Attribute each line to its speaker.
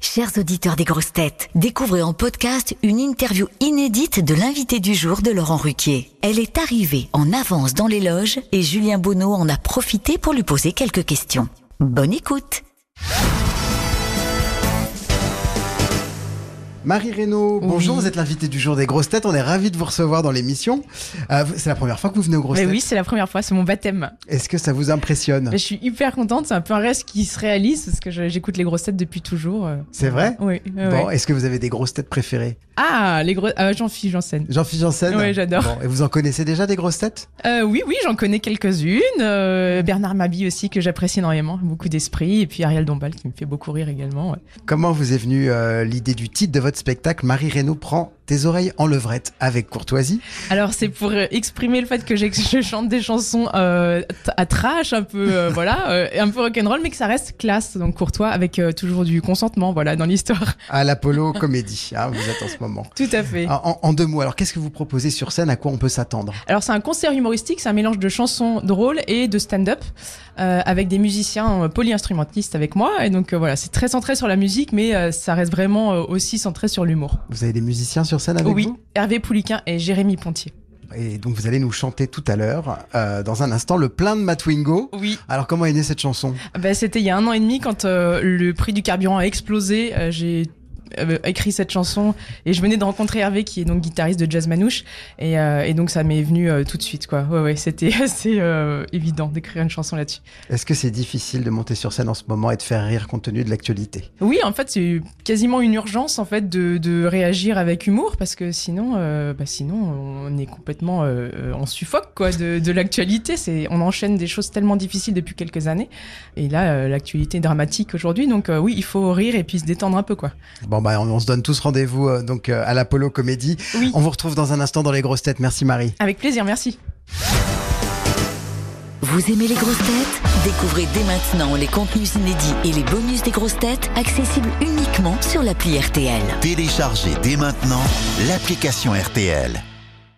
Speaker 1: Chers auditeurs des grosses têtes, découvrez en podcast une interview inédite de l'invité du jour de Laurent Ruquier. Elle est arrivée en avance dans les loges et Julien Bonneau en a profité pour lui poser quelques questions. Bonne écoute
Speaker 2: Marie Reynaud, bonjour, vous êtes l'invitée du jour des grosses têtes, on est ravis de vous recevoir dans l'émission. Euh, vous- c'est Ah. la première fois que vous venez aux grosses
Speaker 3: Mais
Speaker 2: têtes.
Speaker 3: oui, c'est la première fois, c'est mon baptême.
Speaker 2: Est-ce que ça vous impressionne
Speaker 3: Mais je suis hyper contente, c'est un peu un rêve qui se réalise parce que je- j'écoute les grosses têtes depuis toujours. euh.
Speaker 2: C'est vrai
Speaker 3: Oui. ouais,
Speaker 2: Bon,
Speaker 3: ouais.
Speaker 2: est-ce que vous avez des grosses têtes préférées
Speaker 3: Ah, les grosses. Ah, j'en fiche, j'en scène.
Speaker 2: Jean-Philippe Janssen
Speaker 3: Ouais, j'adore.
Speaker 2: Bon, et vous en connaissez déjà des grosses têtes
Speaker 3: Euh, oui, oui, j'en connais quelques-unes. Euh, Bernard Mabie aussi, que j'apprécie énormément, beaucoup d'esprit. Et puis Ariel Dombal, qui me fait beaucoup rire également. ouais.
Speaker 2: Comment vous est venue euh, l'idée du titre de votre spectacle Marie Reynaud prend tes oreilles en levrette avec courtoisie
Speaker 3: Alors, c'est pour euh, exprimer le fait que j'ai- je chante des chansons euh, t- à trash, un peu, euh, voilà, euh, et un peu rock'n'roll, mais que ça reste classe, donc courtois, avec euh, toujours du consentement, voilà, dans l'histoire.
Speaker 2: à l'Apollo Comédie, hein, vous êtes en ce moment.
Speaker 3: Tout à fait.
Speaker 2: En, en deux mots, alors qu'est-ce que vous proposez sur scène À quoi on peut s'attendre
Speaker 3: Alors c'est un concert humoristique, c'est un mélange de chansons drôles et de stand-up euh, avec des musiciens euh, polyinstrumentistes avec moi. Et donc euh, voilà, c'est très centré sur la musique, mais euh, ça reste vraiment euh, aussi centré sur l'humour.
Speaker 2: Vous avez des musiciens sur scène avec
Speaker 3: Oui,
Speaker 2: vous
Speaker 3: Hervé Pouliquin et Jérémy Pontier.
Speaker 2: Et donc vous allez nous chanter tout à l'heure, euh, dans un instant, le plein de Matwingo.
Speaker 3: Oui,
Speaker 2: Alors comment est née cette chanson
Speaker 3: bah, c'était il y a un an et demi quand euh, le prix du carburant a explosé. euh, J'ai euh, écrit cette chanson et je venais de rencontrer Hervé qui est donc guitariste de jazz manouche et, euh, et donc ça m'est venu euh, tout de suite quoi ouais ouais c'était assez euh, évident d'écrire une chanson là-dessus
Speaker 2: Est-ce que c'est difficile de monter sur scène en ce moment et de faire rire compte tenu de l'actualité
Speaker 3: Oui, en fait, c'est quasiment une urgence en fait de, de réagir avec humour parce que sinon, euh, bah, sinon, on est complètement, euh, euh, on suffoque quoi de, de l'actualité. C'est, on enchaîne des choses tellement difficiles depuis quelques années, et là, euh, l'actualité est dramatique aujourd'hui. Donc euh, oui, il faut rire et puis se détendre un peu quoi.
Speaker 2: Bon bah on, on se donne tous rendez-vous euh, donc euh, à l'Apollo Comédie.
Speaker 3: Oui.
Speaker 2: On vous retrouve dans un instant dans les grosses têtes. Merci Marie.
Speaker 3: Avec plaisir, merci.
Speaker 1: Vous aimez les grosses têtes Découvrez dès maintenant les contenus inédits et les bonus des grosses têtes accessibles uniquement sur l'appli RTL.
Speaker 4: Téléchargez dès maintenant l'application RTL.